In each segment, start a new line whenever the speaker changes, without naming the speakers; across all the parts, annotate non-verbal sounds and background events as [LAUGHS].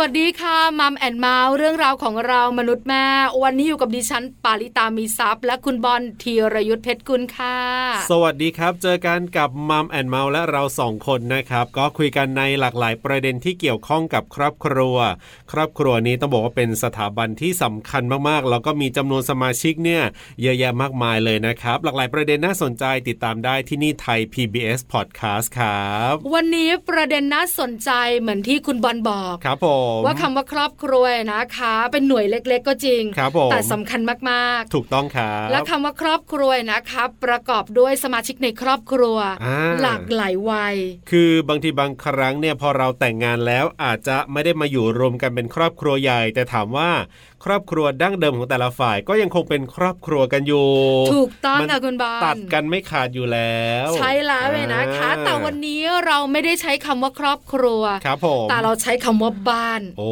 สวัสดีค่ะมัมแอนเมาส์เรื่องราวของเรามนุษย์แม่ วันนี้อยู่กับดิฉันปาริตามีซัพย์ และคุณบอลธีรยุทธเพชรกุลค่ะ
สวัสดีครับ เจอกันกับมัมแอนเมาและเราสองคนนะครับ ก็คุยกันในหลากหลายประเด็นที่เกี่ยวข้องกับครอบครัว ครอบครัวนี้ต้องบอกว่าเป็นสถาบันที่สำคัญมากๆ แล้วก็มีจำนวนสมาชิกเนี่ยเยอะแยะมากมายเลยนะครับ หลากหลายประเด็นน่าสนใจติดตามได้ที่นี่ไทย PBS Podcast ครับ
วันนี้ประเด็นน่าสนใจเหมือนที่คุณบอลบอก
ครับผม
ว่าคำว่าครอบครัวนะคะ เป็นหน่วยเล็กๆ ก็จริง
ครับผม
แต่สำคัญมาก
ถูกต้องครับ
ๆ และคำว่าครอบครัวนะคะประกอบด้วยสมาชิกในครอบครัว
อ่า
หลากหลายวัย
คือบางทีบางครั้งเนี่ยพอเราแต่งงานแล้วอาจจะไม่ได้มาอยู่รวมกันเป็นครอบครัวใหญ่ แต่ถามว่า ครอบครัวดั้งเดิมของแต่ละฝ่ายก็ยังคงเป็นครอบครัวกันอยู่
ถูกต้อง
มัน
ค่ะคุณบอล
ตัดกันไม่ขาดอยู่แล้ว
ใช่แล้วเลยนะคะ
อ่า
แต่วันนี้เราไม่ได้ใช้คำว่าครอบครัว
ครับผม
แต่เราใช้คำว่าบ้าน
โอ้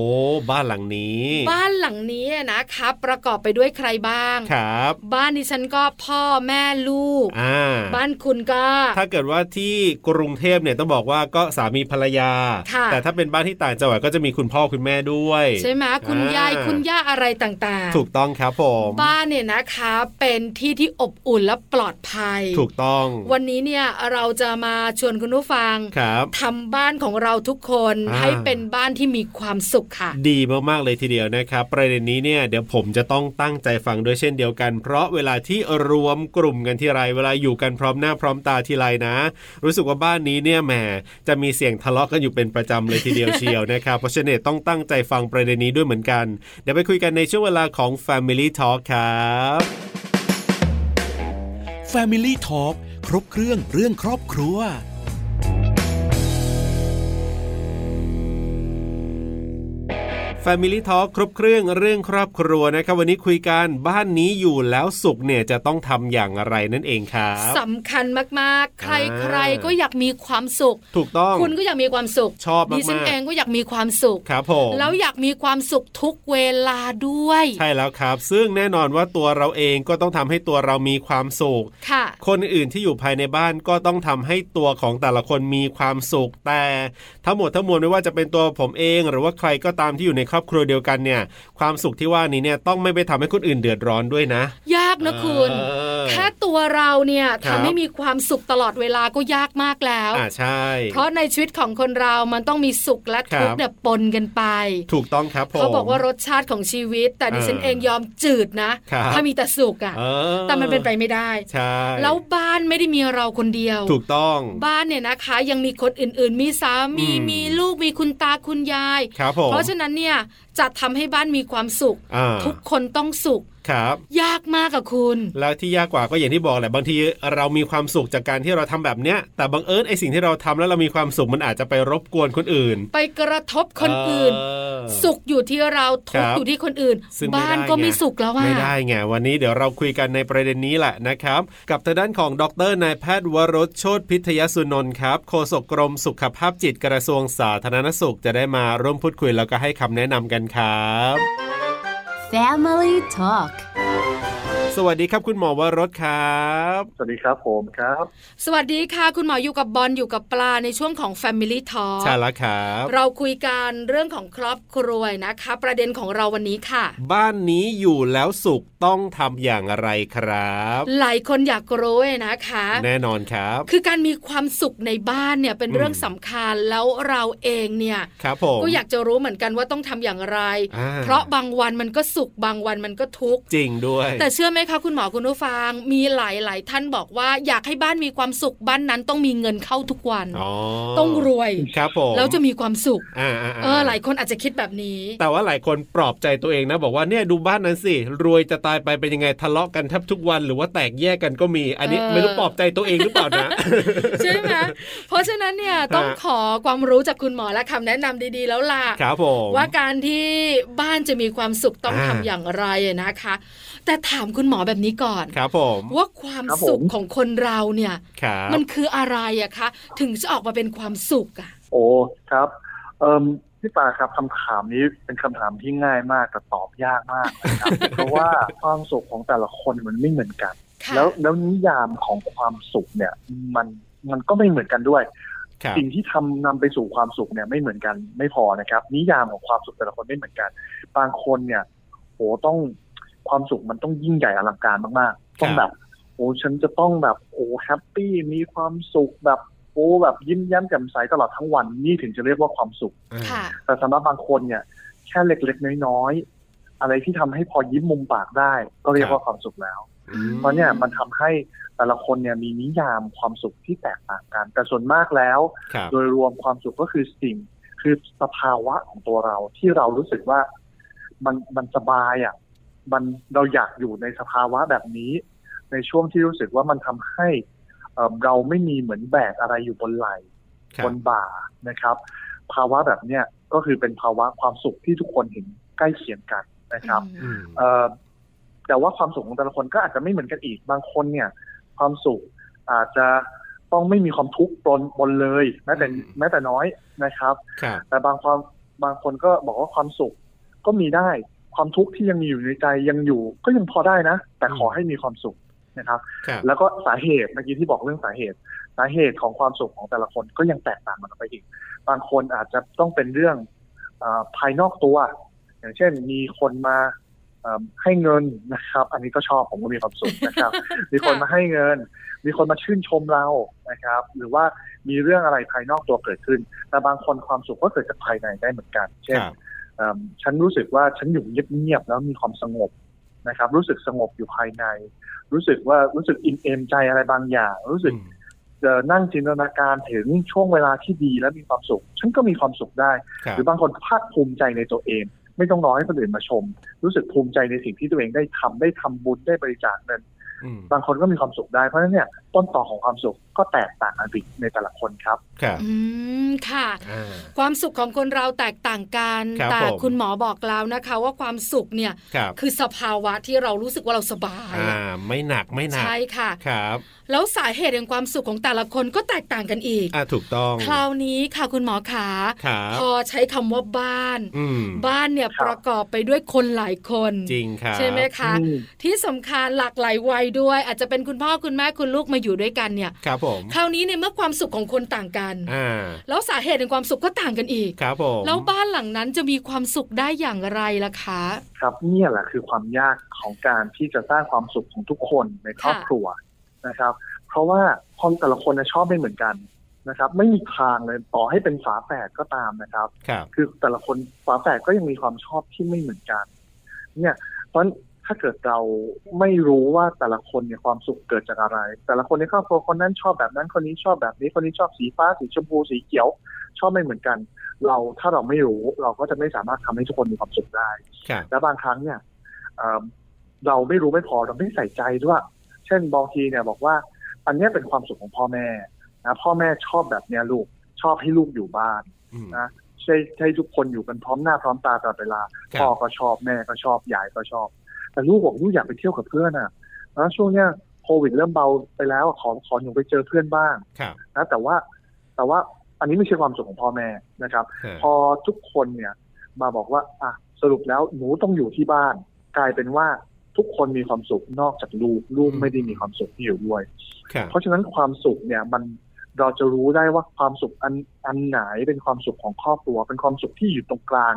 บ้านหลังนี้
บ้านหลังนี้นะคะประกอบไปด้วยใครบ้าง
ครับ
บ้านดิฉันก็พ่อแม่ลูก
อ่า
บ้านคุณก็
ถ้าเกิดว่าที่กรุงเทพเนี่ยต้องบอกว่าก็สามีภรรยา
ค่ะ
แต่ถ้าเป็นบ้านที่ต่างจังหวัดก็จะมีคุณพ่อคุณแม่ด้วย
ใช่ไหมคุณ
อ่าย
ยายคุณย่าอะไรต่าง
ถูกต้องครับผม
บ้านเนี่ยนะคะเป็นที่ที่อบอุ่นและปลอดภัย
ถูกต้อง
วันนี้เนี่ยเราจะมาชวนคุณผู้ฟัง
ครับ
ทำบ้านของเราทุกคน
อ่า
ให้เป็นบ้านที่มีความสุขค่ะ
ดีมาก ๆ เลยทีเดียวนะครับ ประเด็นนี้เนี่ยเดี๋ยวผมจะต้องตั้งใจฟังด้วยเช่นเดียวกัน เพราะเวลาที่รวมกลุ่มกันทีไรเวลาอยู่กันพร้อมหน้าพร้อมตาทีไรนะ รู้สึกว่าบ้านนี้เนี่ยแหมจะมีเสียงทะเลาะกันอยู่เป็นประจำเลยทีเดียว เชียวนะครับเพราะฉะนั้นต้องตั้งใจฟังประเด็นนี้ด้วยเหมือนกัน เดี๋ยวไปคุยกันในช่วงเวลาของ Family Talk ครับ
Family Talk ครบเครื่องเรื่องครอบครัว
Family Talk ครบเครื่องเรื่องครอบครัวนะครับวันนี้คุยกันบ้านนี้อยู่แล้วสุขเนี่ยจะต้องทำอย่างไรนั่นเองครับ
สำคัญมากๆ ใคร
อ
ๆ
่า
ก็อยากมีความสุข
ถูกต้อง
คุณก็อยากมีความสุข
ชอบมากๆ
ดิฉันเองก็อยากมีความสุข
ครับผม
แล้วอยากมีความสุขทุกเวลาด้วย
ใช่แล้วครับ ซึ่งแน่นอนว่าตัวเราเองก็ต้องทำให้ตัวเรามีความสุข
ค่ะ
คนอื่นที่อยู่ภายในบ้านก็ต้องทำให้ตัวของแต่ละคนมีความสุข แต่ทั้งหมดทั้งมวลไม่ว่าจะเป็นตัวผมเอง หรือว่าใครก็ตามที่อยู่ในครอบครัวเดียวกันเนี่ย ความสุขที่ว่านี้เนี่ยต้องไม่ไปทำให้คนอื่นเดือดร้อนด้วยนะ
ยากนะคุณ
เออ
แค่ตัวเราเนี่ย
ครับ
ทำให้มีความสุขตลอดเวลาก็ยากมากแล้ว
อ่าใช่
เพราะในชีวิตของคนเรามันต้องมีสุขและทุก
ครั
ข์
บ
เนี่ยปนกันไป
ถูกต้องครับผม
เขาบอกว่ารสชาติของชีวิต แต่ดิฉัน
เออ
เองยอมจืดนะ
ครับ
ถ้ามีแต่สุขอะ
เออ
แต่มันเป็นไปไม่ได้
ใช่
แล้วบ้านไม่ได้มีเราคนเดียว
ถูกต้อง
บ้านเนี่ยนะคะยังมีคนอื่นๆ มีสามี
อืม
มีลูกมีคุณตาคุณยาย
ครับผม
เพราะฉะนั้นเนี่ยจะทำให้บ้านมีความสุข
อ่า
ทุกคนต้องสุข
ครับ
ยากมากอะคุณ
แล้วที่ยากกว่าก็อย่างที่บอกแหละบางทีเรามีความสุขจากการที่เราทำแบบเนี้ย แต่บังเอิญไอสิ่งที่เราทำแล้วเรามีความสุขมันอาจจะไปรบกวนคนอื่น
ไปกระทบคนอื่น
เ
สุขอยู่ที่เราทุกข์
ครับ
อยู่ที่คนอื่น
ซึ่ง
บ้าน
ด้
ก็ไม่
ง
สุขแล้วอะ
ไม่ได้ไงวันนี้เดี๋ยวเราคุยกันในประเด็นนี้แหละนะครับ กับทางด้านของดรนายแพทย์วรสโชติพิทยสุนนท์ครับโฆษกกรมสุขภาพจิตกระทรวงสาธารณสุขจะได้มาร่วมพูดคุยแล้วก็ให้คำแนะนำกันครับ
Family Talk
สวัสดีครับคุณหมอวรสครับ
สวัสดีครับผมครับ
สวัสดีค่ะ คุณหมออยู่กับบอลอยู่กับปลาในช่วงของ Family Talk
ใช่แล้วครับ
เราคุยกันเรื่องของครอบครัวนะคะ ประเด็นของเราวันนี้ค่ะ
บ้านนี้อยู่แล้วสุขต้องทำอย่างไรครับ
หลายคนอยากรู้นะคะ
แน่นอนครับ
คือการมีความสุขในบ้านเนี่ยเป็น
อืม
เรื่องสำคัญแล้วเราเองเนี่ย
ครับผม
ก็อยากจะรู้เหมือนกันว่าต้องทำอย่างไร
อ่
เพราะบางวันมันก็สุขบางวันมันก็ทุกข์
จริงด้วย
แต่เชื่อไหมคะคุณหมอคุณผู้ฟังมีหลายหลายท่านบอกว่าอยากให้บ้านมีความสุขบ้านนั้นต้องมีเงินเข้าทุกวัน
อ๋อ
ต้องรวย
ครับผม
แล้วจะมีความสุข
อ่าอ่า
เออหลายคนอาจจะคิดแบบ
[LAUGHS]
นี้
แต่ว่าหลายคนปลอบใจตัวเองนะ บอกว่าเนี่ยดูบ้านนั้นสิ รวยจะตายไปเป็นยังไงทะเลาะกันแทบทุกวันหรือว่าแตกแยกกันก็มี อันนี้
เออ
ไม่รู้ปลอบใจตัวเองหรือเปล่า
[LAUGHS]
นะ
ใช่ไหมเพราะฉะนั้นเนี่ยต้อง
ฮะ
ขอความรู้จากคุณหมอและคำแนะนำดีๆแล้วล่ะ
ครับผม
ว่าการที่บ้านจะมีความสุขต้อง
อ่า
ทำอย่างไรนะคะ แต่ถามคุณหมอแบบนี้ก่อน
ครับผม
ว่าความสุขของคนเราเนี่ย
ครับ
มันคืออะไรอะคะ ถึงจะออกมาเป็นความสุขอะ
โอ้ครับเอ่มพี่ปาครับคำถามนี้เป็นคำถาม [LAUGHS] ที่ง่ายมากแต่ตอบยากมากนะครับ เพราะว่าความสุขของแต่ละคนมันไม่เหมือนกัน
ค่ะ
แล้วแล้วนิยามของความสุขเนี่ย มันมันก็ไม่เหมือนกันด้วย
ครับ
สิ่งที่ทำนำไปสู่ความสุขเนี่ยไม่เหมือนกันไม่พอนะครับ นิยามของความสุขแต่ละคนไม่เหมือนกัน บางคนเนี่ย โหต้องความสุขมันต้องยิ่งใหญ่อลังการมากๆ ต้อง
ค
แบ
รับ
บโอ้ฉันจะต้องแบบโอ้แฮปปี้มีความสุขแบบโอ้แบบยิ้มแย้มแจ่มใสตลอดทั้งวันนี่ถึงจะเรียกว่าความสุข
อ่า
ค่ะ
แต่สำหรับบางคนเนี่ย แค่เล็กๆน้อยๆอะไรที่ทำให้พอยิ้มมุมปากได้ ก็เรียกว่าความสุขแล้ว
อืม
เพราะเนี่ยมันทำให้แต่ละคนเนี่ยมีนิยามความสุขที่แตกต่างกัน แต่ส่วนมากแล้ว
ครับ
โดยรวมความสุขก็คือสิ่ง คือสภาวะของตัวเราที่เรารู้สึกว่ามันมันสบายอ่ะมันเราอยากอยู่ในสภาวะแบบนี้ ในช่วงที่รู้สึกว่ามันทำให้เอ่อเราไม่มีเหมือนแบกอะไรอยู่บนไหล
ครับ
นบ่านะครับ ภาวะแบบเนี้ยก็คือเป็นภาวะความสุขที่ทุกคนเห็นใกล้เคียงกันนะครับ
อืม
เอ่อแต่ว่าความสุขของแต่ละคนก็อาจจะไม่เหมือนกันอีกบางคนเนี่ย ความสุขอาจจะต้องไม่มีความทุกข์ปนปนเลยแม้แต่แม้แต่น้อยนะครับ
ครับ
แต่บางความบางคนก็บอกว่าความสุขก็มีได้ความทุกข์ที่ยังมีอยู่ในใจยังอยู่ ก็ยังพอได้นะ แต่ขอให้มีความสุขนะครับ
ครับ
แล้วก็สาเหตุเมื่อกี้ที่บอกเรื่องสาเหตุ สาเหตุของความสุขของแต่ละคนก็ยังแตกต่างกันออกไปอีก บางคนอาจจะต้องเป็นเรื่องเออภายนอกตัว อย่างเช่นมีคนมาเอิ่มให้เงินนะครับ อันนี้ก็ชอบผมก็มีความสุข
[LAUGHS]
นะครับ มีคนมาให้เงิน มีคนมาชื่นชมเรานะครับ หรือว่ามีเรื่องอะไรภายนอกตัวเกิดขึ้น แต่บางคนความสุขก็เกิดจากภายในได้เหมือนกัน เช่น
ครับ
เอิ่มฉันรู้สึกว่าฉันอยู่เงียบๆแล้วมีความสงบนะครับ รู้สึกสงบอยู่ภายใน รู้สึกว่ารู้สึกอิ่มเอมใจอะไรบางอย่าง รู้สึก
อืม
เอ่อนั่งจินตนาการถึงช่วงเวลาที่ดีและมีความสุข ฉันก็มีความสุขได้
ครั
ห
บ
รือบางคนภาคภูมิใจในตัวเอง ไม่ต้องรอให้คนอื่นมาชม รู้สึกภูมิใจในสิ่งที่ตัวเองได้ทำได้ทำบุญได้บริจาคเงิน
อืม
บางคนก็มีความสุขได้เพราะฉะนั้นเนี่ยต้นต่อของความสุขก็แตกต่างกันไปในแต่ละคนครับ
ครับ
อืมค่ะ
อ่า
ความสุขของคนเราแตกต่างกัน
ครับ
แต่
ผม
คุณหมอบอกแล้วนะคะ ว่าความสุขเนี่ย
ครับ
คือสภาวะที่เรารู้สึกว่าเราสบาย
อ่า
อะ
ไม่หนักไม่หนัก
ใช่ค่ะ
ครับ
แล้วสาเหตุแห่งความสุขของแต่ละคนก็แตกต่างกันอีก
อ่าถูกต้อง
คราวนี้ค่ะคุณหมอขา
ครับ
พอใช้คำว่าบ้าน
อืม
บ้านเนี่ย
ค
ป
รับ
ระกอบไปด้วยคนหลายคน
จริงครับ
ใช่ไหมคะ
อืม
ที่สำคัญหลากหลายวัยด้วย อาจจะเป็นคุณพ่อคุณแม่คุณลูกมาอยู่ด้วยกันเนี่ย
ครับผม
คราวนี้ในเมื่อความสุขของคนต่างกัน
อ่า
แล้วสาเหตุแห่งความสุขก็ต่างกันอีก
ครับผม
แล้วบ้านหลังนั้นจะมีความสุขได้อย่างไรล่ะคะ
ครับเนี่ยแหละคือความยากของการที่จะสร้างความสุขของทุกคนในครอบ
ค่ะ
ครัวนะครับ เพราะว่าคนแต่ละคนน่ะชอบไม่เหมือนกันนะครับ ไม่มีทางเลยต่อให้เป็นฝาแฝดก็ตามนะครับ
ครับ
คือแต่ละคนฝาแฝดก็ยังมีความชอบที่ไม่เหมือนกัน เนี่ยเพราะฉะนั้นถ้าเกิดเราไม่รู้ว่าแต่ละคนเนี่ยความสุขเกิดจากอะไร แต่ละคนในครอบครัวคนนั้นชอบแบบนั้นคนนี้ชอบแบบนี้คนนี้ชอบสีฟ้าสีชมพูสีเขียว ชอบไม่เหมือนกัน เราถ้าเราไม่รู้เราก็จะไม่สามารถทำให้ทุกคนมีความสุขได้
ครับ
และบางครั้งเนี่ยเอิ่มเราไม่รู้ไม่พอเราไม่ใส่ใจด้วย เช่นบางทีเนี่ยบอกว่า อันเนี้ยเป็นความสุขของพ่อแม่นะพ่อแม่ชอบแบบเนี้ยลูกชอบให้ลูกอยู่บ้าน
อืม
นะ ใช่ให้ทุกคนอยู่กันพร้อมหน้าพร้อมตาตลอดเวลา
ครับ
พ่อก็ชอบแม่ก็ชอบยายก็ชอบ แต่ลูกบอกลูกอยากไปเที่ยวกับเพื่อนอ่ะแล้วช่วงเนี้ยโควิดเริ่มเบาไปแล้วขอขอหนูไปเจอเพื่อนบ้าง
ครับ
นะแต่ว่าแต่ว่าอันนี้ไม่ใช่ความสุขของพ่อแม่นะครับ
ฮะ
พอทุกคนเนี่ยมาบอกว่าอ่ะสรุปแล้วหนูต้องอยู่ที่บ้าน กลายเป็นว่าทุกคนมีความสุขนอกจากลูกลูกไม่ได้มีความสุขที่อยู่ด้วย
ครับ
เพราะฉะนั้นความสุขเนี่ยมันเราจะรู้ได้ว่าความสุขอันอันไหนเป็นความสุขของครอบครัว เป็นความสุขที่อยู่ตรงกลาง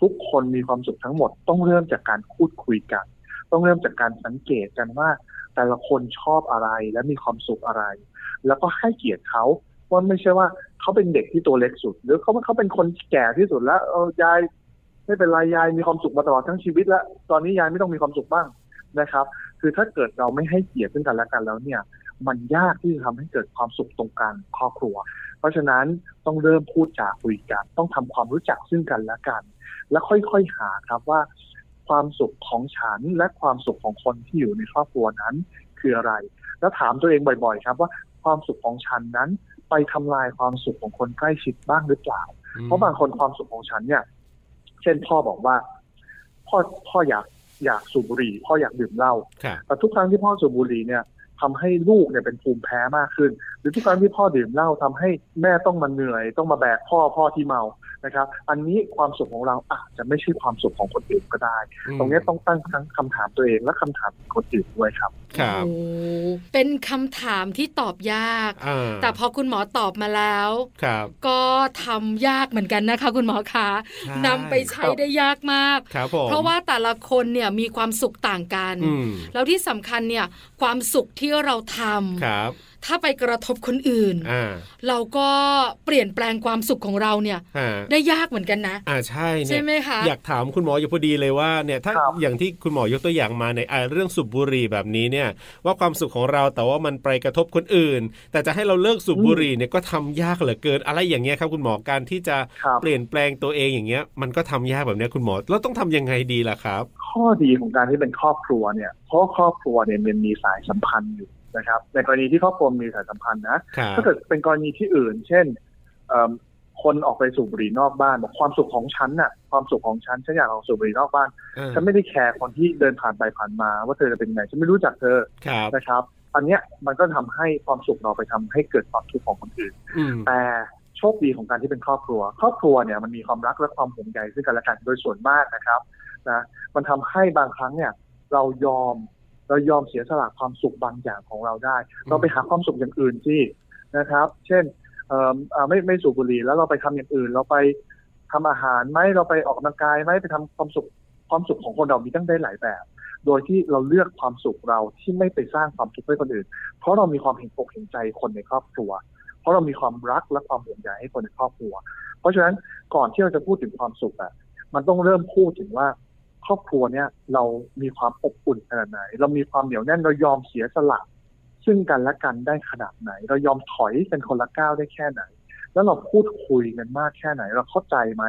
ทุกคนมีความสุขทั้งหมด ต้องเริ่มจากการพูดคุยกัน ต้องเริ่มจากการสังเกตกันว่า แต่ละคนชอบอะไรและมีความสุขอะไร แล้วก็ให้เกียรติเขาว่าไม่ใช่ว่าเขาเป็นเด็กที่ตัวเล็กสุด หรือเขาเขาเป็นคนแก่ที่สุดแล้วเออยายไม่เป็นไรยายมีความสุขมาตลอดทั้งชีวิตแล้วตอนนี้ยายไม่ต้องมีความสุขบ้างนะครับ คือถ้าเกิดเราไม่ให้เกียรติซึ่งกันและกันแล้วเนี่ย มันยากที่จะทำให้เกิดความสุขตรงกลางของครอบครัว เพราะฉะนั้นต้องเริ่มพูดจาคุยกัน ต้องทำความรู้จักซึ่งกันและกัน และค่อยๆหาครับว่า ความสุขของฉันและความสุขของคนที่อยู่ในครอบครัวนั้น คืออะไร แล้วถามตัวเองบ่อยๆ ครับว่าความสุขของฉันนั้น ไปทำลายความสุขของคนใกล้ชิดบ้างหรือเปล่า
อืม
เพราะบางคนความสุขของฉันเนี่ย เช่นพ่อบอกว่า พ่อพ่ออยากอยากสูบบุหรี่พ่ออยากดื่มเหล้า
ครับ
แต่ทุกครั้งที่พ่อสูบบุหรี่เนี่ยทำให้ลูกเนี่ยเป็นภูมิแพ้มากขึ้น หรือทุกครั้งที่พ่อดื่มเหล้าทำให้แม่ต้องมาเหนื่อย ต้องมาแบกพ่อพ่อที่เมา นะครับ อันนี้ความสุขของเราอาจจะไม่ใช่ความสุขของคนอื่นก็ได้
อืม
ตรงเนี้ยต้องตั้งทั้งคำถามตัวเองและคำถามคนอื่นด้วยครับ
ครับ
โอ้เป็นคำถามที่ตอบยาก
อ่า
แต่พอคุณหมอตอบมาแล้ว
ครับ
ก็ทำยากเหมือนกันนะคะ คุณหมอคะนำไปใช้ได้ยากมาก
ครับผม
เพราะว่าแต่ละคนเนี่ยมีความสุขต่างกัน
อืม
แล้วที่สำคัญเนี่ยความสุขที่เราทำ
ครับ
ถ้าไปกระทบคนอื่น
อ่า
เราก็เปลี่ยนแปลงความสุขของเราเนี่ย
ฮะ
ได้ยากเหมือนกันนะ
อ่าใช่เนี่
ใช่
ย
ไหมคะ
อยากถามคุณหมออยู่พอดีเลยว่าเนี่ยถ้า
ครับ
อย่างที่คุณหมอยกตัวอย่างมาในอ่าเรื่องสูบบุหรี่แบบนี้เนี่ย ว่าความสุขของเราแต่ว่ามันไปกระทบคนอื่น แต่จะให้เราเลิกสูบบุหรี่เนี่ยก็ทำยากเหลือเกินอะไรอย่างเงี้ยครับคุณหมอการที่จะ
ครับ
เปลี่ยนแปลงตัวเองอย่างเงี้ย มันก็ทำยากแบบเนี้ยคุณหมอแล้วต้องทำยังไงดีล่ะครับ
ข้อดีของการที่เป็นครอบครัวเนี่ย เพราะครอบครัวเนี่ยมันมีสายสัมพันธ์อยู่นะครับ ในกรณีที่ครอบครัวมีสายสัมพันธ์นะ
ครับ
ถ้าเกิดเป็นกรณีที่อื่น เช่นเอิ่มคนออกไปสูบบุหรี่นอกบ้านบอกความสุขของฉันน่ะ ความสุขของฉันฉันอยากออกสูบบุหรี่นอกบ้าน
อ่า
ฉันไม่ได้แคร์คนที่เดินผ่านไปผ่านมา ว่าเธอจะเป็นยังไงฉันไม่รู้จักเธอ
ครับ
นะครับ อันเนี้ยมันก็ทำให้ความสุขเราไปทำให้เกิดความทุกข์ของคนอื่น
อืม
แต่โชคดีของการที่เป็นครอบครัว ครอบครัวเนี่ยมันมีความรักและความห่วงใยซึ่งกันและกันโดยส่วนมากนะครับนะมันทำให้บางครั้งเนี่ยเรายอมเรายอมเสียสละความสุขบางอย่างของเราได้ เราไปหาความสุขอย่างอื่นที่นะครับ เช่นเอิ่มอ่าไม่ไม่สูบบุหรี่แล้วเราไปทำอย่างอื่น เราไปทำอาหารไหมเราไปออกกำลังกายไหมไปทำความสุขความสุขของคนเรามีตั้งได้หลายแบบ โดยที่เราเลือกความสุขเราที่ไม่ไปสร้างความทุกข์ให้คนอื่น เพราะเรามีความเห็นอกเห็นใจคนในครอบครัว เพราะเรามีความรักและความห่วงใยให้คนในครอบครัว เพราะฉะนั้นก่อนที่เราจะพูดถึงความสุขอะมันต้องเริ่มพูดถึงว่า ครอบครัวเนี่ยเรามีความอบอุ่นขนาดไหน เรามีความเหนียวแน่นเรายอมเสียสละ ซึ่งกันและกันได้ขนาดไหน เรายอมถอยเป็นคนละก้าวได้แค่ไหน แล้วเราพูดคุยกันมากแค่ไหน เราเข้าใจไหม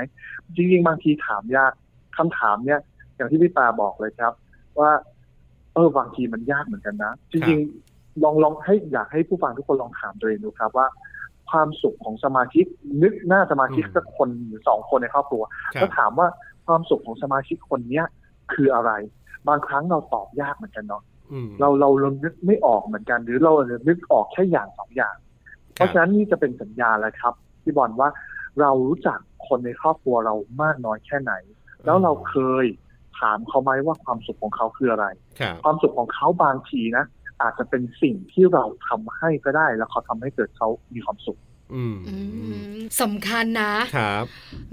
จริงๆบางทีถามยากคำถามเนี่ย อย่างที่พี่ปาบอกเลยครับ ว่า เออบางทีมันยากเหมือนกันนะ จริงๆลองลองให้อยากให้ผู้ฟังทุกคนลองถามตัวเองดูครับว่า ความสุขของสมาชิกนึกหน้าสมาชิกสักคนหรือสองคนในครอบครัว
ครั
แล้
บ
วถามว่าความสุขของสมาชิกคนเนี้ยคืออะไร บางครั้งเราตอบยากเหมือนกันเนาะ
อืม
เราเราเรานึกไม่ออกเหมือนกัน หรือเราเรานึกออกแค่อย่างสองอย่าง เพราะฉะนั้นนี่จะเป็นสัญญาณแล้วครับพี่บอลว่าเรารู้จักคนในครอบครัวเรามากน้อยแค่ไหน แล้วเราเคยถามเขาไหมว่าความสุขของเขาคืออะไร
ครับ
ความสุขของเขาบางทีนะ อาจจะเป็นสิ่งที่เราทำให้ก็ได้ แล้วเขาทำให้เกิดเขามีความสุข
อืม
อืมสำคัญนะ
ครับ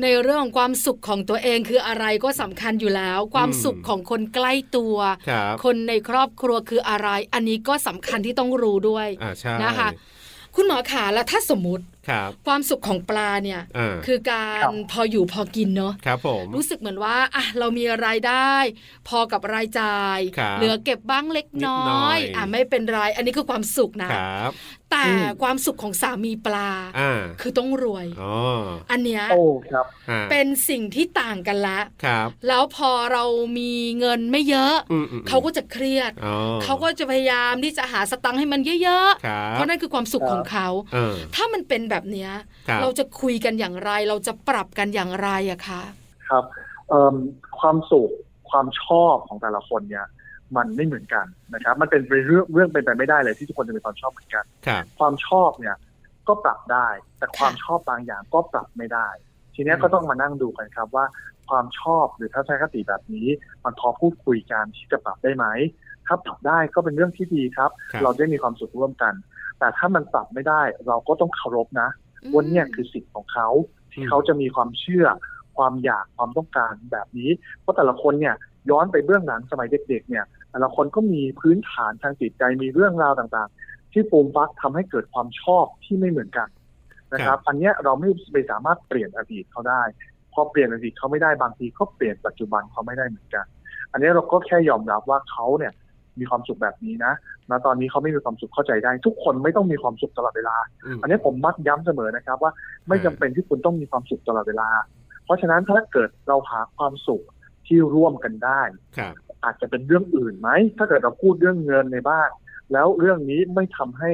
ในเรื่องของความสุขของตัวเองคืออะไรก็สำคัญอยู่แล้ว ความ
อืม
สุขของคนใกล้ตัว
ครับ
คนในครอบครัวคืออะไร อันนี้ก็สำคัญที่ต้องรู้ด้วย
อ่าใช่
นะคะ คุณหมอขาแล้วถ้าสมมติ
ครับ
ความสุขของปลาเนี่ย
อ่า
คือการ
ครับ
พออยู่พอกินเนาะ
ครับผม
รู้สึกเหมือนว่าอ่ะเรามีรายได้ พอกับรายจ่าย
ครับ
เหลือเก็บบ้างเล็กน้อ
นิดหน่อย ย
อ่ะไม่เป็นไรอันนี้คือความสุขนะ
ครับ
แต่
อืม
ความสุขของสามีปลา
อ่า
คือต้องรวย
อ๋อ
อันเนี้ย
โอ้ครับ
อ่า
เป็นสิ่งที่ต่างกันละ
ครับ
แล้วพอเรามีเงินไม่เยอะ
อืมอืมอืม
เขาก็จะเครียด
อ๋อ
เขาก็จะพยายามที่จะหาสตังค์ให้มันเยอะ
ครั
ๆ
บ
เพราะนั่นคือความสุข
ครับ
ของเขา
เออ
ถ้ามันเป็นแบบเนี้ย
คบ
เราจะคุยกันอย่างไร เราจะปรับกันอย่างไรอะคะ
ครับเอิ่มความสุขความชอบของแต่ละคนเนี่ย มันไม่เหมือนกันนะครับ มันเป็นเรื่องเรื่องเป็นไปไม่ได้เลยที่ทุกคนจะมีความชอบเหมือนกัน
ครับ
ความชอบเนี่ยก็ปรับได้ แต่ความชอบบางอย่างก็ปรับไม่ได้ ทีเนี้ยก็ต้องมานั่งดูกันครับว่า ความชอบหรือทัศนคติแบบนี้ มันพอพูดคุยกันที่จะปรับได้ไหม ถ้าปรับได้ก็เป็นเรื่องที่ดีครับ
ครับ
เราได้มีความสุขร่วมกัน แต่ถ้ามันปรับไม่ได้เราก็ต้องเคารพนะ ว่าเนี่ยคือสิทธิ์ของเขา ที่เขาจะมีความเชื่อ ความอยากความต้องการแบบนี้ เพราะแต่ละคนเนี่ยย้อนไปเบื้องหลังสมัยเด็ก ๆ เนี่ย แต่ละคนก็มีพื้นฐานทางจิตใจมีเรื่องราวต่างๆ ที่ปูมฟักทำให้เกิดความชอบที่ไม่เหมือนกันนะครับ อันเนี้ยเราไม่ไปสามารถเปลี่ยนอดีตเขาได้ พอเปลี่ยนอดีตเขาไม่ได้บางทีเขาเปลี่ยนปัจจุบันเขาไม่ได้เหมือนกัน อันเนี้ยเราก็แค่ยอมรับว่าเขาเนี่ยมีความสุขแบบนี้นะณตอนนี้เขาไม่มีความสุขเข้าใจได้ ทุกคนไม่ต้องมีความสุขตลอดเวลา
ม
อันนี้ผมมักย้ำเสมอนะครับว่าไม่จำเป็นที่คุณต้องมีความสุขตลอดเวลา เพราะฉะนั้นถ้าเกิดเราหาความสุขที่ร่วมกันได้
ครับ
อาจจะเป็นเรื่องอื่นไหม ถ้าเกิดเราพูดเรื่องเงินในบ้าน แล้วเรื่องนี้ไม่ทำให้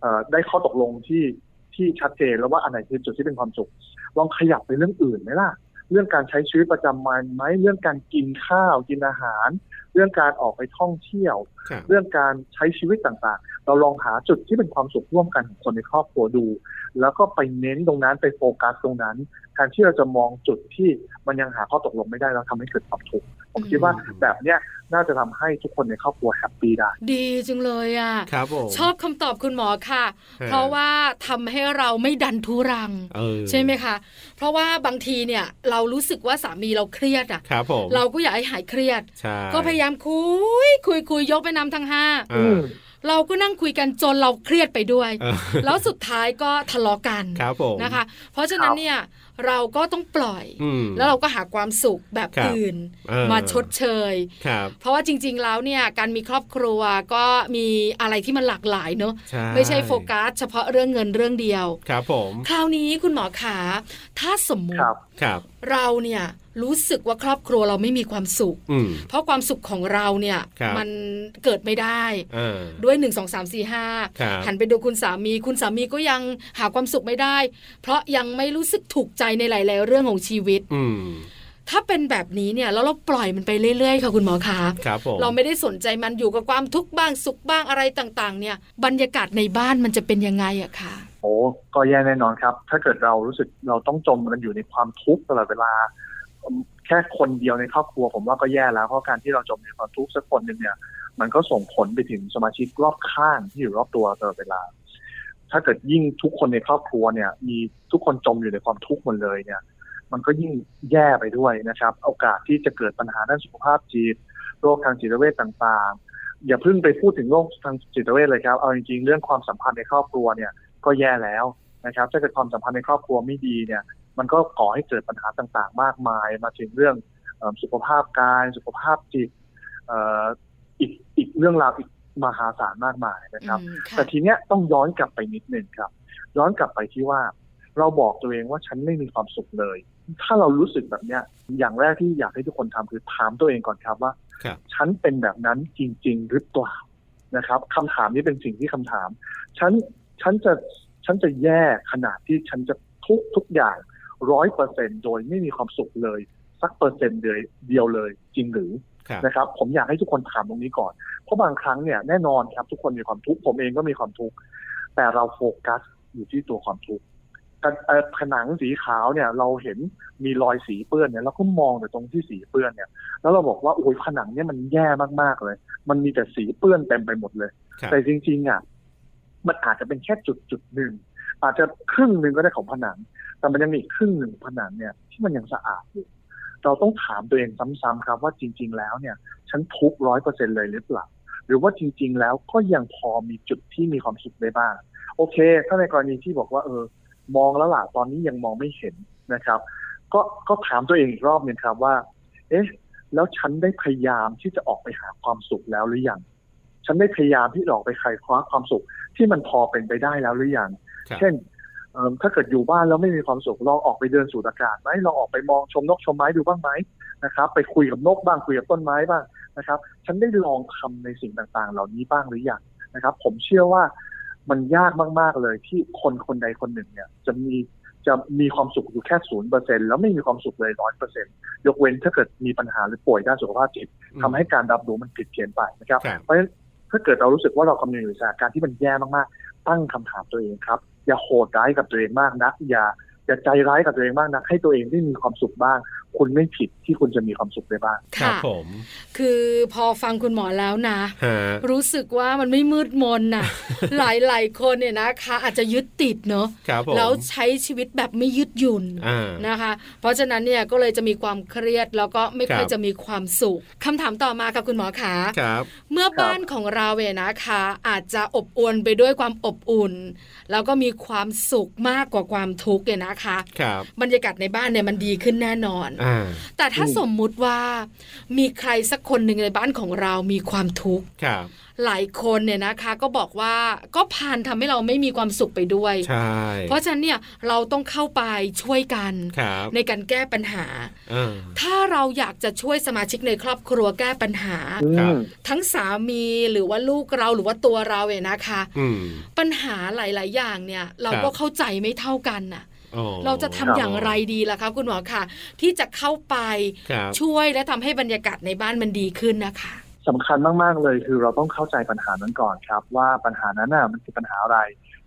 เอ่อได้ข้อตกลงที่ที่ชัดเจนแล้วว่าอันไหนคือจุดที่เป็นความสุข ลองขยับไปเรื่องอื่นไหมล่ะ เรื่องการใช้ชีวิตประจำวันไหมเรื่องการกินข้าวกินอาหาร เรื่องการออกไปท่องเที่ยว
ครับ
เรื่องการใช้ชีวิตต่างๆ เราลองหาจุดที่เป็นความสุขร่วมกันของคนในครอบครัวดู แล้วก็ไปเน้นตรงนั้นไปโฟกัสตรงนั้นแทนที่เราจะมองจุดที่มันยังหาข้อตกลงไม่ได้แล้วทำให้เกิดความทุกข์ผมคิดว่าแบบเนี้ยน่าจะทำให้ทุกคนในครอบครัวแฮปปี้ได้
ดีจังเลยอ่ะ
ครับผม
ชอบคำตอบคุณหมอค่ะ เพราะว่าทำให้เราไม่ดันทุรัง
เออ
ใช่ไหมคะ เพราะว่าบางทีเนี่ยเรารู้สึกว่าสามีเราเครียดอ่ะ
ครับผม
เราก็อยากให้หายเครียด
ใช่
ก็พยายามคุย คุยคุยยกไปนำทั้งห้า
เออ
เราก็นั่งคุยกันจนเราเครียดไปด้วย
เออ
แล้วสุดท้ายก็ทะเลาะกัน
ครับผม
นะคะ เพราะฉะนั้นเนี่ยเราก็ต้องปล่อย
อืม
แล้วเราก็หาความสุขแบบ
ครับ
อื่น
เออ
มาชดเชย
ครับ
เพราะว่าจริง ๆ แล้วเนี่ยการมีครอบครัวก็มีอะไรที่มันหลากหลายเนอะ
ใช่
ไม่ใช่โฟกัสเฉพาะเรื่องเงินเรื่องเดียว
ครับผม
คราวนี้คุณหมอขาถ้าสมมุ
ค
ติ
รับ
ครับ
เราเนี่ยรู้สึกว่าครอบครัวเราไม่มีความสุข
อืม
เพราะความสุขของเราเนี่ย
ครับ
มันเกิดไม่ได้
อ่า
ด้วย 1 2 3 4
ครับ
5 หันไปดูคุณสามี คุณสามีก็ยังหาความสุขไม่ได้ เพราะยังไม่รู้สึกถูกใจในหลาย ๆ เรื่องของชีวิต
อืม
ถ้าเป็นแบบนี้เนี่ยแล้วเราปล่อยมันไปเรื่อย ๆ ค่ะคุณหมอคะ
ครับผม
เราไม่ได้สนใจมันอยู่กับความทุกข์บ้างสุขบ้างอะไรต่าง ๆ เนี่ย บรรยากาศในบ้านมันจะเป็นยังไงอะคะ
โอ้ก็แย่แน่นอนครับ ถ้าเกิดเรารู้สึกเราต้องจมกันอยู่ในความทุกข์ตลอดเวลาอืมแค่คนเดียวในครอบครัว ผมว่าก็แย่แล้วเพราะการที่เราจมในความทุกข์สักคนหนึ่งเนี่ย มันก็ส่งผลไปถึงสมาชิกรอบข้างที่อยู่รอบตัวตลอดเวลา ถ้าเกิดยิ่งทุกคนในครอบครัวเนี่ย มีทุกคนจมอยู่ในความทุกข์หมดเลยเนี่ย มันก็ยิ่งแย่ไปด้วยนะครับ โอกาสที่จะเกิดปัญหาด้านสุขภาพจิตโรคทางจิตเวชต่างๆ อย่าเพิ่งไปพูดถึงโรคทางจิตเวชเลยครับเอาจริงๆเรื่องความสัมพันธ์ในครอบครัวเนี่ย ก็แย่แล้วนะครับ ถ้าเกิดความสัมพันธ์ในครอบครัวไม่ดีเนี่ย มันก็ก่อให้เกิดปัญหาต่างๆ มากมาย มาถึงเรื่องเออสุขภาพกาย สุขภาพจิตเอ่ออีกอีกเรื่องราวอีกมหาศาลมากมายนะครับ
อืมค่ะ
แต่ทีเนี้ยต้องย้อนกลับไปนิดนึงครับ ย้อนกลับไปที่ว่า เราบอกตัวเองว่าฉันไม่มีความสุขเลย ถ้าเรารู้สึกแบบเนี้ย อย่างแรกที่อยากให้ทุกคนทำคือถามตัวเองก่อนครับว่า
ครับ
ฉันเป็นแบบนั้นจริง ๆ หรือเปล่านะครับคำถามนี้เป็นสิ่งที่คำถาม ฉันฉันจะฉันจะแย่ขนาดที่ฉันจะทุกทุกอย่างร้อยเปอร์เซนโดยไม่มีความสุขเลย สักเปอร์เซ็นต์เดียวเดียวเลยจริงหรือ
ครับ
นะครับผมอยากให้ทุกคนถามตรงนี้ก่อน เพราะบางครั้งเนี่ยแน่นอนครับ ทุกคนมีความทุกข์ผมเองก็มีความทุกข์แต่เราโฟกัสอยู่ที่ตัวความทุกข์แต่เอ่อผนังสีขาวเนี่ยเราเห็นมีรอยสีเปื้อนเนี่ยเราก็มองแต่ตรงที่สีเปื้อนเนี่ย แล้วเราบอกว่าโอ้ยผนังเนี่ยมันแย่มากๆเลย มันมีแต่สีเปื้อนเต็มไปหมดเลย
ครับ
แต่จริงๆอ่ะมันอาจจะเป็นแค่จุดจุดๆหนึ่งอาจจะครึ่งหนึ่งก็ได้ของผนัง แต่มันยังมีอีกครึ่งหนึ่งของผนังเนี่ยที่มันยังสะอาดอยู่ เราต้องถามตัวเองซ้ำๆครับว่าจริง ๆ แล้วเนี่ย ฉันทุกร้อยเปอร์เซ็นเลยหรือเปล่า หรือว่าจริง ๆ แล้วก็ยังพอมีจุดที่มีความสุขได้บ้าง โอเค ถ้าในกรณีที่บอกว่า เออ มองแล้วล่ะตอนนี้ยังมองไม่เห็นนะครับ ก็ก็ถามตัวเองอีกรอบหนึ่งครับว่า เอ๊ะ แล้วฉันได้พยายามที่จะออกไปหาความสุขแล้วหรือยัง ฉันได้พยายามที่จะออกไปไขว่คว้าความสุขที่มันพอเป็นไปได้แล้วหรือยัง
ครับ
เช่นเอิ่มถ้าเกิดอยู่บ้านแล้วไม่มีความสุขลองออกไปเดินสูดอากาศไหมลองออกไปมองชมนกชมไม้ดูบ้างไหมนะครับ ไปคุยกับนกบ้างคุยกับต้นไม้บ้างนะครับ ฉันได้ลองทำในสิ่งต่างๆ เหล่านี้บ้างหรือยังนะครับ ผมเชื่อว่ามันยากมากๆเลยที่คนคนใดคนหนึ่งเนี่ย จะมีจะมีความสุขอยู่แค่ศูนย์เปอร์เซ็นแล้วไม่มีความสุขเลยร้อยเปอร์เซ็นยกเว้นถ้าเกิดมีปัญหาหรือป่วยด้านสุขภาพจิต ทำให้การรับรู้มันผิดเพี้ยนไปนะครับ
ครับ
เพราะฉะนั้นถ้าเกิดเรารู้สึกว่าเรากำลังอยู่ในสถานการณ์ที่มันแย่มากๆ ตั้งคำถามตัวเองครับ อย่าโหดร้ายกับตัวเองมากนะอย่าอย่าใจร้ายกับตัวเองมากนะให้ตัวเองได้มีความสุขบ้าง คุณไม่ผิดที่คุณจะมีความสุขได้บ้าง
ครับ
ค่ะ
ผม
คือพอฟังคุณหมอแล้วนะ
ฮะ
รู้สึกว่ามันไม่มืดมน
[LAUGHS]
น่ะ หลายๆคนเนี่ยนะคะ อาจจะยึดติดเนอะ
ครับผม
แล้วใช้ชีวิตแบบไม่ยืดหยุ่น
อ่า
นะคะ เพราะฉะนั้นเนี่ยก็เลยจะมีความเครียดแล้วก็ไม่ค่อย
ครับ
จะมีความสุขคำถามต่อมาค่ะคุณหมอขา
ครับ
เมื่อบ้านของเราเนี่ยนะคะ อาจจะอบอวลไปด้วยความอบอุ่น แล้วก็มีความสุขมากกว่าความทุกข์เนี่ยนะคะ
ครับ
บรรยากาศในบ้านเนี่ยมันดีขึ้นแน่นอน
อ่า
แต่ถ้า
อืม
สมมุติว่า มีใครสักคนหนึ่งในบ้านของเรามีความทุกข์
ครับ
หลายคนเนี่ยนะคะก็บอกว่าก็ผ่านทำให้เราไม่มีความสุขไปด้วย
ใช่
เพราะฉะนั้นเนี่ยเราต้องเข้าไปช่วยกัน
ครับ
ในการแก้ปัญหา
อ่า
ถ้าเราอยากจะช่วยสมาชิกในครอบครัวแก้ปัญหา
อื
ครับ
ม
ทั้งสามีหรือว่าลูกเราหรือว่าตัวเราเนี่ยนะคะ
อืม
ปัญหาหลาย ๆ อย่างเนี่ยเรา
ครับ
ก็เข้าใจไม่เท่ากันน่ะ
อ๋อ
เราจะทำ
ครับ
อย่างไรดีล่ะคะคุณหมอคะที่จะเข้าไป
ครับ
ช่วยและทำให้บรรยากาศในบ้านมันดีขึ้นนะคะ
สำคัญมาก ๆ เลยคือเราต้องเข้าใจปัญหานั้นก่อนครับ ว่าปัญหานั้นน่ะมันคือปัญหาอะไร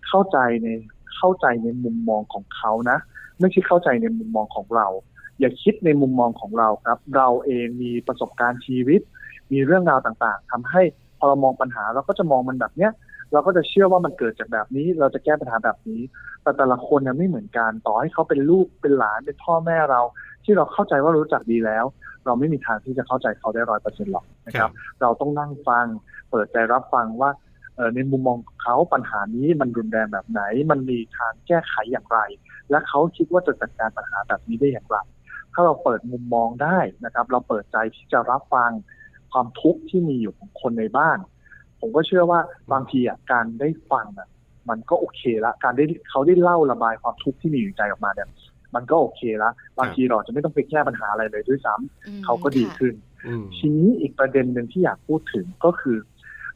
เข้าใจในเข้าใจในมุมมองของเขานะ ไม่ใช่เข้าใจในมุมมองของเรา อย่าคิดในมุมมองของเราครับ เราเองมีประสบการณ์ชีวิต มีเรื่องราวต่างๆทำให้พอเรามองปัญหาเราก็จะมองมันแบบเนี้ย เราก็จะเชื่อว่ามันเกิดจากแบบนี้ เราจะแก้ปัญหาแบบนี้ แต่แต่ละคนเนี่ยไม่เหมือนกันต่อให้เขาเป็นลูกเป็นหลานเป็นพ่อแม่เรา ที่เราเข้าใจว่ารู้จักดีแล้ว เราไม่มีทางที่จะเข้าใจเขาได้ร้อยเปอร์เซ็นต์หรอกนะค
ครั
รับ บ เราต้องนั่งฟัง เปิดใจรับฟังว่าเอ่อในมุมมองของเขาปัญหานี้มันรุนแรงแบบไหน มันมีทางแก้ไขอย่างไร และเขาคิดว่าจะจัดการปัญหาแบบนี้ได้อย่างไร ถ้าเราเปิดมุมมองได้นะครับ เราเปิดใจที่จะรับฟังความทุกข์ที่มีอยู่ของคนในบ้าน ผมก็เชื่อว่าบางทีอ่ะการได้ฟังอ่ะมันก็โอเคละการได้เขาได้เล่าระบายความทุกข์ที่มีอยู่ในใจออกมาเนี่ยมันก็โอเคละบางทีเราอาจจะไม่ต้องไปแก้ปัญหาอะไรเลยด้วยซ้ำ
อืม
เขาก็ดี
ค่ะ
ขึ้น
อืม
ทีนี้อีกประเด็นหนึ่งที่อยากพูดถึงก็คือ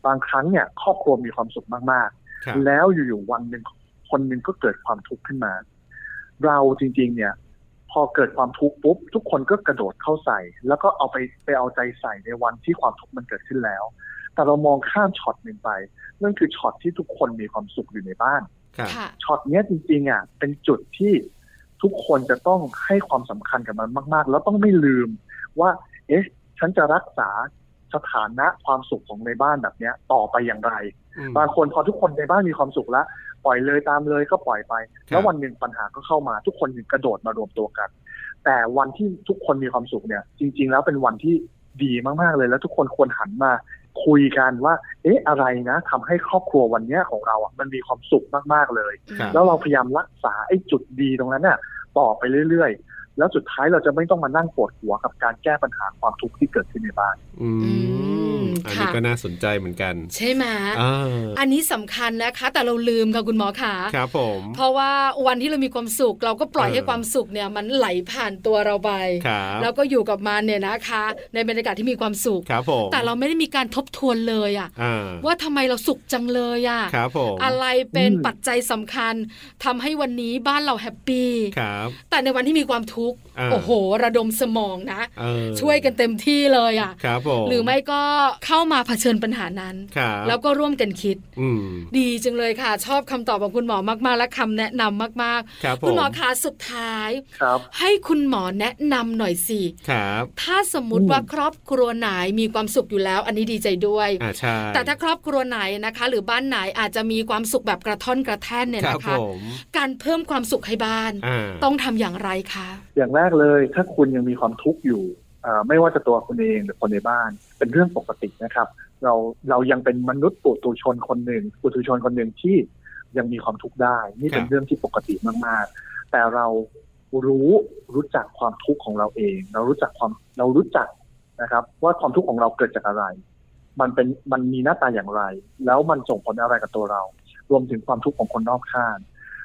บางครั้งเนี่ยครอบครัวมีความสุขมาก
ครับ
ๆ แล้วอยู่ๆวันหนึ่งคนหนึ่งก็เกิดความทุกข์ขึ้นมา เราจริงๆ เนี่ย พอเกิดความทุกข์ปุ๊บ ทุกคนก็กระโดดเข้าใส่ แล้วก็เอาไปไปเอาใจใส่ในวันที่ความทุกข์มันเกิดขึ้นแล้ว แต่เรามองข้ามช็อตหนึ่งไปนั่นคือช็อตที่ทุกคนมีความสุขอยู่ในบ้าน
ครับ
ค่ะ
ช็อตเนี้ยจริงๆอ่ะเป็นจุดที่ทุกคนจะต้องให้ความสำคัญกับมันมาก ๆ แล้วต้องไม่ลืมว่า เอ๊ะ ฉันจะรักษาสถานะความสุขของในบ้านแบบเนี้ย ต่อไปอย่างไร
อืม
บางคนพอทุกคนในบ้านมีความสุขแล้วปล่อยเลยตามเลยก็ปล่อยไป
ครับ
แล้ววันหนึ่งปัญหาก็เข้ามาทุกคนถึงกระโดดมารวมตัวกัน แต่วันที่ทุกคนมีความสุขเนี่ย จริง ๆ แล้วเป็นวันที่ดีมากๆเลย แล้วทุกคนควรหันมาคุยกันว่า เอ๊ะอะไรนะทำให้ครอบครัววันเนี้ยของเราอ่ะมันมีความสุขมากๆเลย
ครับ
แล้วเราพยายามรักษาไอ้จุดดีตรงนั้นน่ะต่อไปเรื่อยๆ แล้วสุดท้ายเราจะไม่ต้องมานั่งปวดหัวกับการแก้ปัญหาความทุกข์ที่เกิดขึ้นในบ้าน
อื
อื
ม
ม
อันนี้
ค่ะ
ก็น่าสนใจเหมือนกัน
ใช่ไหม
อ่า
อันนี้สำคัญนะคะ แต่เราลืมค่ะคุณหมอขา
ครับผม
เพราะว่าวันที่เรามีความสุข เราก็ปล่อย
เออ
ให้ความสุขเนี่ยมันไหลผ่านตัวเราไป
ครับ
แล้วก็อยู่กับมันเนี่ยนะคะ ในบรรยากาศที่มีความสุข
ครับผม
แต่เราไม่ได้มีการทบทวนเลยอะ
อ่า
ว่าทำไมเราสุขจังเลยอะ
ครับผม
อะไรเป็น
อืม
ปัจจัยสำคัญทำให้วันนี้บ้านเราแฮปปี้
ครับ
แต่ในวันที่มีความทุกข์
อ่า
โอ้โห ระดมสมองนะ
เออ
ช่วยกันเต็มที่เลยอะ
ครับผม
หรือไม่ก็เข้ามาเผชิญปัญหานั้น
ครับ
แล้วก็ร่วมกันคิด
อืม
ดีจังเลยค่ะ ชอบคำตอบของคุณหมอมากๆ และคำแนะนำมาก
ครับผ
ๆ
ม
คุณหมอคะสุดท้าย
ครับ
ให้คุณหมอแนะนำหน่อยสิ
ครับ
ถ้าสมมุติ
อืม
ว่าครอบครัวไหนมีความสุขอยู่แล้ว อันนี้ดีใจด้วย
อ่าใช่
แต่ถ้าครอบครัวไหนนะคะ หรือบ้านไหนอาจจะมีความสุขแบบกระท่อนกระแท่นเนี่ย
ครับ
นะ
ผ
คะ
ม
การเพิ่มความสุขให้บ้าน
อ่า
ต้องทำอย่างไรคะ
อย่างแรกเลย ถ้าคุณยังมีความทุกข์อยู่เอ่อไม่ว่าจะตัวคุณเองหรือคนในบ้าน เป็นเรื่องปกตินะครับ เราเรายังเป็นมนุษย์ปุถุชนคนหนึ่งปุถุชนคนหนึ่งที่ยังมีความทุกข์ได้ นี่เป็นเรื่องที่ปกติมากๆ แต่เรารู้รู้จักความทุกข์ของเราเอง เรารู้จักความเรารู้จักนะครับ ว่าความทุกข์ของเราเกิดจากอะไร มันเป็นมันมีหน้าตาอย่างไร แล้วมันส่งผลอะไรกับตัวเรา รวมถึงความทุกข์ของคนรอบข้าง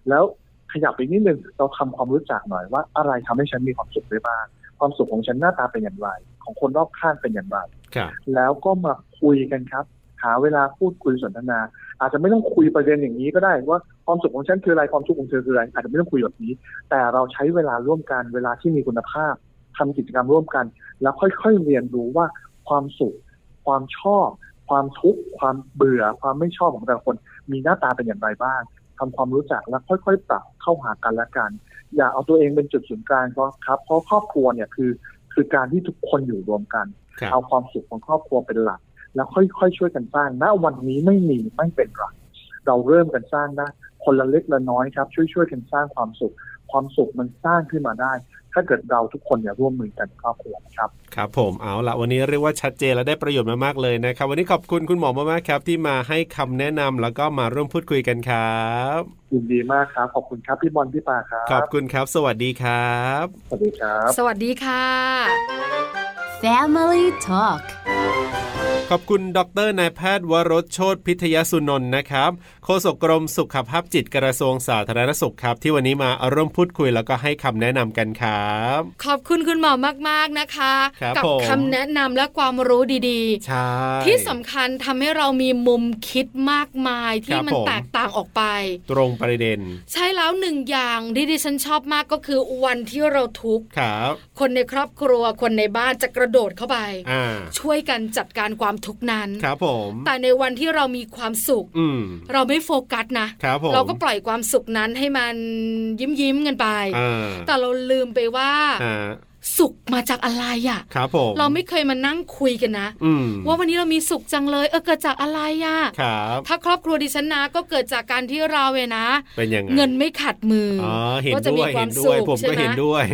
แล้วขยับไปนิดนึงเราทำความรู้จักหน่อยว่าอะไรทำให้ฉันมีความสุขได้บ้างความสุขของฉันหน้าตาเป็นอย่างไร ของคนรอบข้างเป็นอย่างไร
ครับ
แล้วก็มาคุยกันครับ หาเวลาพูดคุยสนทนา อาจจะไม่ต้องคุยประเด็นอย่างนี้ก็ได้ว่าความสุขของฉันคืออะไรความทุกข์ของเธอคืออะไรอาจจะไม่ต้องคุยแบบนี้ แต่เราใช้เวลาร่วมกันเวลาที่มีคุณภาพทำกิจกรรมร่วมกัน แล้วค่อยๆเรียนรู้ว่าความสุข ความชอบ ความทุกข์ความเบื่อ ความไม่ชอบของแต่ละคน มีหน้าตาเป็นอย่างไรบ้างทำความรู้จักแล้วค่อยๆปรับเข้าหากันและกัน อย่าเอาตัวเองเป็นจุดศูนย์กลางก็ครับเพราะครอบครัวเนี่ยคือคือการที่ทุกคนอยู่รวมกัน
ครับ
เอาความสุขของครอบครัวเป็นหลัก แล้วค่อยๆช่วยกันสร้างณวันนี้ไม่มีไม่เป็นไรเราเริ่มกันสร้างได้คนละเล็กละน้อยครับ ช่วยๆกันสร้างความสุข ความสุขมันสร้างขึ้นมาได้ ถ้าเกิดเราทุกคนเนี่ยร่วมมือกันครอบครัวนะครับ
ครับผมเอาละวันนี้เรียกว่าชัดเจนและได้ประโยชน์มากๆเลยนะครับ วันนี้ขอบคุณคุณหมอมากๆครับ ที่มาให้คำแนะนำแล้วก็มาร่วมพูดคุยกันครับ
ยินดีมากครับ ขอบคุณครับพี่บอลพี่ปาครับ
ขอบคุณครับ สวัสดีครับ
สวัสดีครับ
สวัสดีค่ะ
Family Talk
ขอบคุณดรนายแพทย์วรชโชติพิทยสุนนท์นะครับโฆษกกรมสุขภาพจิตกระทรวงสาธารณสุขครับ ที่วันนี้มาร่วมพูดคุยแล้วก็ให้คำแนะนำกันครับ
ขอบคุณคุณหมอมากๆนะคะ
ครับ
กั
ผม
คำแนะนำและความรู้ดีๆ
ใช่
ที่สำคัญทำให้เรามีมุมคิดมากมายที่มันแตกต่างออกไป
ตรงประเด็น
ใช่แล้วหนึ่งอย่างที่ดิฉันชอบมากก็คือวันที่เราทุกข์
ครับ
คนในครอบครัวคนในบ้านจะกระโดดเข้าไป
อ่า
ช่วยกันจัดการความ ทุกข์นั้น
ครับผม
แต่ในวันที่เรามีความสุข
อืม
เราไม่โฟกัสนะ
ครับผม
เราก็ปล่อยความสุขนั้นให้มันยิ้มยิ้มๆกันไป
อ่า
แต่เราลืมไปว่า
อ่า
สุขมาจากอะไรอะ่ะ
ครับผม
เราไม่เคยมานั่งคุยกันนะ
อืม
ว่าวันนี้เรามีสุขจังเลยเออเกิดจากอะไรอะ่ะ
ครับ
ถ้าครอบครัวดิฉันนะก็เกิดจากการที่เราเวยนะ
เป็นยังไง
เงินไม่ขาดมือ
อ๋อเห็น
ก็จะ
ด้
มี
วย
ควา
เห็
ม
นด้
สุ
วย
ข
ผม
ใช่
ก็
ไหม
เห็นด้วย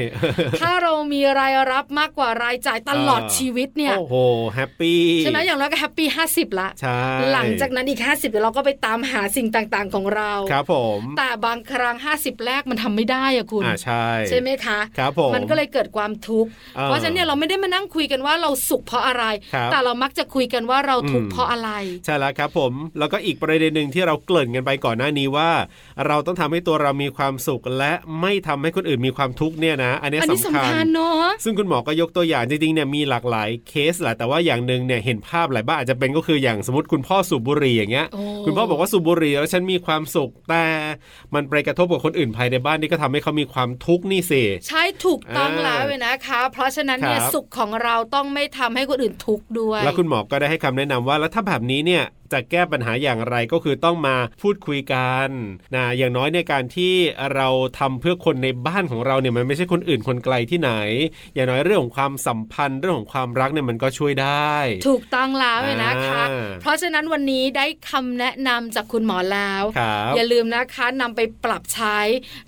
ถ้าเรามีรายรับมากกว่ารายจ่ายตลอด
อ่า
ชีวิต
[LAUGHS]
เนี่ย
โอ้โหแฮปปี้
ใช่ไหมอย่างน้อยก็แฮปปี้ห้าสิบละ
ใช่
หลังจากนั้นอีก 50เดี๋ยวเราก็ไปตามหาสิ่งต่างๆ ของเรา
ครับผม
แต่บางครั้ง 50 แรกมันทำไม่ได้อะคุณ
อ่าใช่
ใช่ไหมคะ
ครับผม
มันก็เลยเกิดความทุกข์
อ่า
เพราะฉะนั้นเนี่ยเราไม่ได้มานั่งคุยกันว่าเราสุขเพราะอะไร
ครับ
แต่เรามักจะคุยกันว่าเราทุก
อื
ข์
ม
เพราะอะไร
ใช่แล้วครับผม แล้วก็อีกประเด็นหนึ่งที่เราเกริ่นกันไปก่อนหน้านี้ว่า เราต้องทำให้ตัวเรามีความสุขและไม่ทำให้คนอื่นมีความทุกข์เนี่ยนะ อันเนี้ย
อันนี้
สำ
สำ
คั
คั
ญ
ญเนาะ
ซึ่งคุณหมอก็ยกตัวอย่างจริงๆเนี่ยมีหลากหลายเคสแหละแต่ว่าอย่างหนึ่งเนี่ยเห็นภาพหลายบ้านอาจจะเป็นก็คืออย่างสมมติคุณพ่อสูบบุหรี่อย่างเงี้ย
โอ้
คุณพ่อบอกว่าสูบบุหรี่แล้วฉันมีความสุขแต่ มันไปกระทบกับคนอื่นภายในบ้านนี่ก็ทำให้เขามีความทุกข์นี่สิ
ใช่ถูกต้อง
อ่า
แล้วเลยนะคะ เพราะฉะนั้นเนี่ย
ครับ
สุขของเราต้องไม่ทำให้คนอื่นทุกข์ด้วย
แล้วคุณหมอก็ได้ให้คำแนะนำว่าแล้วถ้าแบบนี้เนี่ยจะแก้ปัญหาอย่างไรก็คือต้องมาพูดคุยกันนะอย่างน้อยในการที่เราทำเพื่อคนในบ้านของเราเนี่ยมันไม่ใช่คนอื่นคนไกลที่ไหน อย่างน้อยเรื่องของความสัมพันธ์เรื่องของความรักเนี่ยมันก็ช่วยได้
ถูกต้องแล้วเลยนะคะ
อ่า
เพราะฉะนั้นวันนี้ได้คำแนะนำจากคุณหมอแล้ว
ครับ
อย่าลืมนะคะนำไปปรับใช้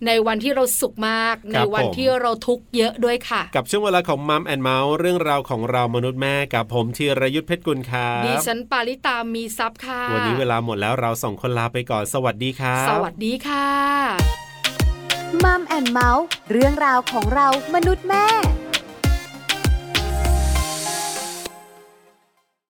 ในวันที่เราสุขมาก ในวัน
ผม
ที่เราทุกข์เยอะด้วยค่ะ
กับช่วงเวลาของมัมแอนเมาส์เรื่องราวของเรามนุษย์แม่กับผมธีรยุทธเพชรกุลครับ
ดิฉันปาริตามีซับค่ะ
วันนี้เวลาหมดแล้วเราสองคนลาไปก่อนสวัสดีครับ
สวัสดีค่ะ
มัมแอนเมาส์เรื่องราวของเรามนุษย์แม่